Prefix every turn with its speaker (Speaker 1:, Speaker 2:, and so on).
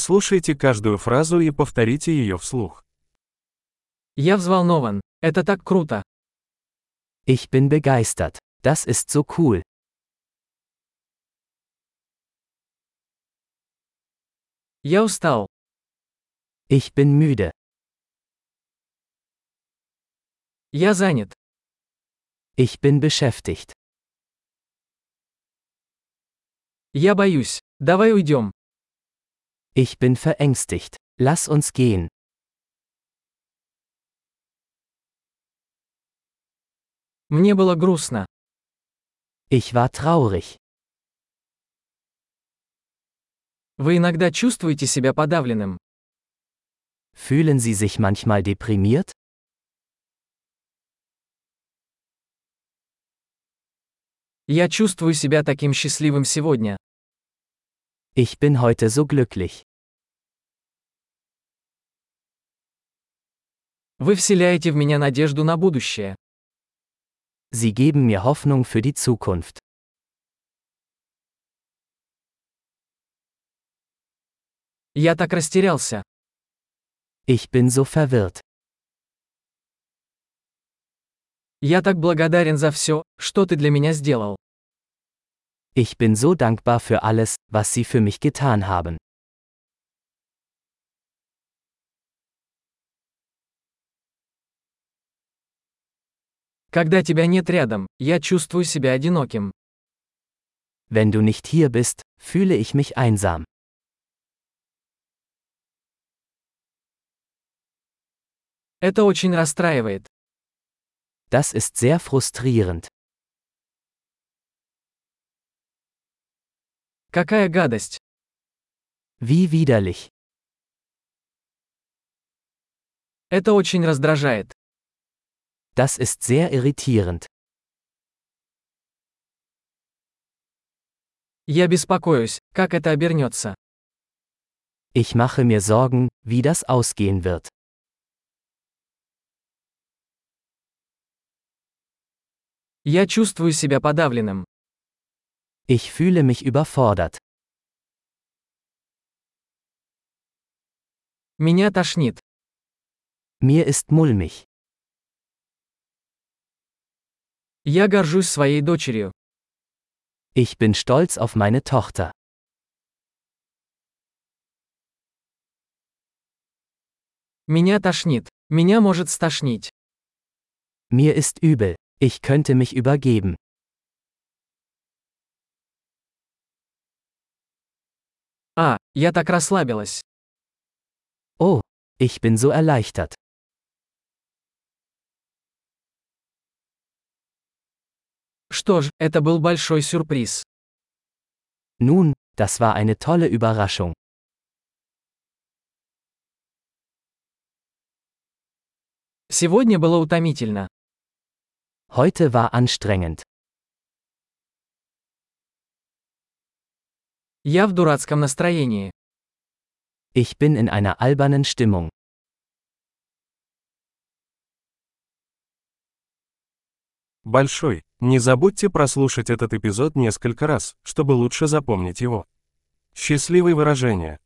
Speaker 1: Прослушайте каждую фразу и повторите ее вслух.
Speaker 2: Я взволнован. Это так круто.
Speaker 3: Ich bin begeistert. Das ist so cool.
Speaker 2: Я устал.
Speaker 3: Ich bin müde.
Speaker 2: Я занят.
Speaker 3: Ich bin beschäftigt.
Speaker 2: Я боюсь. Давай уйдем.
Speaker 3: Ich bin verängstigt. Lass uns gehen.
Speaker 2: Мне было грустно.
Speaker 3: Ich war traurig.
Speaker 2: Вы иногда чувствуете себя подавленным.
Speaker 3: Fühlen Sie sich manchmal deprimiert?
Speaker 2: Я чувствую себя таким счастливым сегодня.
Speaker 3: Ich bin heute so glücklich.
Speaker 2: Вы вселяете в меня надежду на будущее.
Speaker 3: Sie geben mir Hoffnung für die Zukunft.
Speaker 2: Я так растерялся.
Speaker 3: Ich bin so verwirrt.
Speaker 2: Я так благодарен за все, что ты для меня сделал.
Speaker 3: Ich bin so dankbar für alles, was Sie für mich getan haben.
Speaker 2: Когда тебя нет рядом, я чувствую себя одиноким.
Speaker 3: Wenn du nicht hier bist, fühle ich mich einsam.
Speaker 2: Это очень расстраивает.
Speaker 3: Das ist sehr frustrierend.
Speaker 2: Какая гадость.
Speaker 3: Wie widerlich.
Speaker 2: Это очень раздражает.
Speaker 3: Das ist sehr irritierend.
Speaker 2: Я беспокоюсь, как это обернется.
Speaker 3: Ich mache mir Sorgen, wie das ausgehen wird.
Speaker 2: Я чувствую себя подавленным.
Speaker 3: Ich fühle mich überfordert.
Speaker 2: Меня тошнит.
Speaker 3: Mir ist mulmig.
Speaker 2: Я горжусь своей дочерью.
Speaker 3: Ich bin stolz auf meine Tochter.
Speaker 2: Меня тошнит. Меня может стошнить.
Speaker 3: Mir ist übel. Ich könnte mich übergeben.
Speaker 2: А, я так расслабилась.
Speaker 3: Oh, ich bin so erleichtert.
Speaker 2: Что ж, это был большой сюрприз.
Speaker 3: Nun, das war eine tolle Überraschung.
Speaker 2: Сегодня было утомительно.
Speaker 3: Heute war anstrengend.
Speaker 2: Я в дурацком настроении.
Speaker 3: Ich bin in einer albernen Stimmung.
Speaker 1: Большой. Не забудьте прослушать этот эпизод несколько раз, чтобы лучше запомнить его. Счастливые выражения.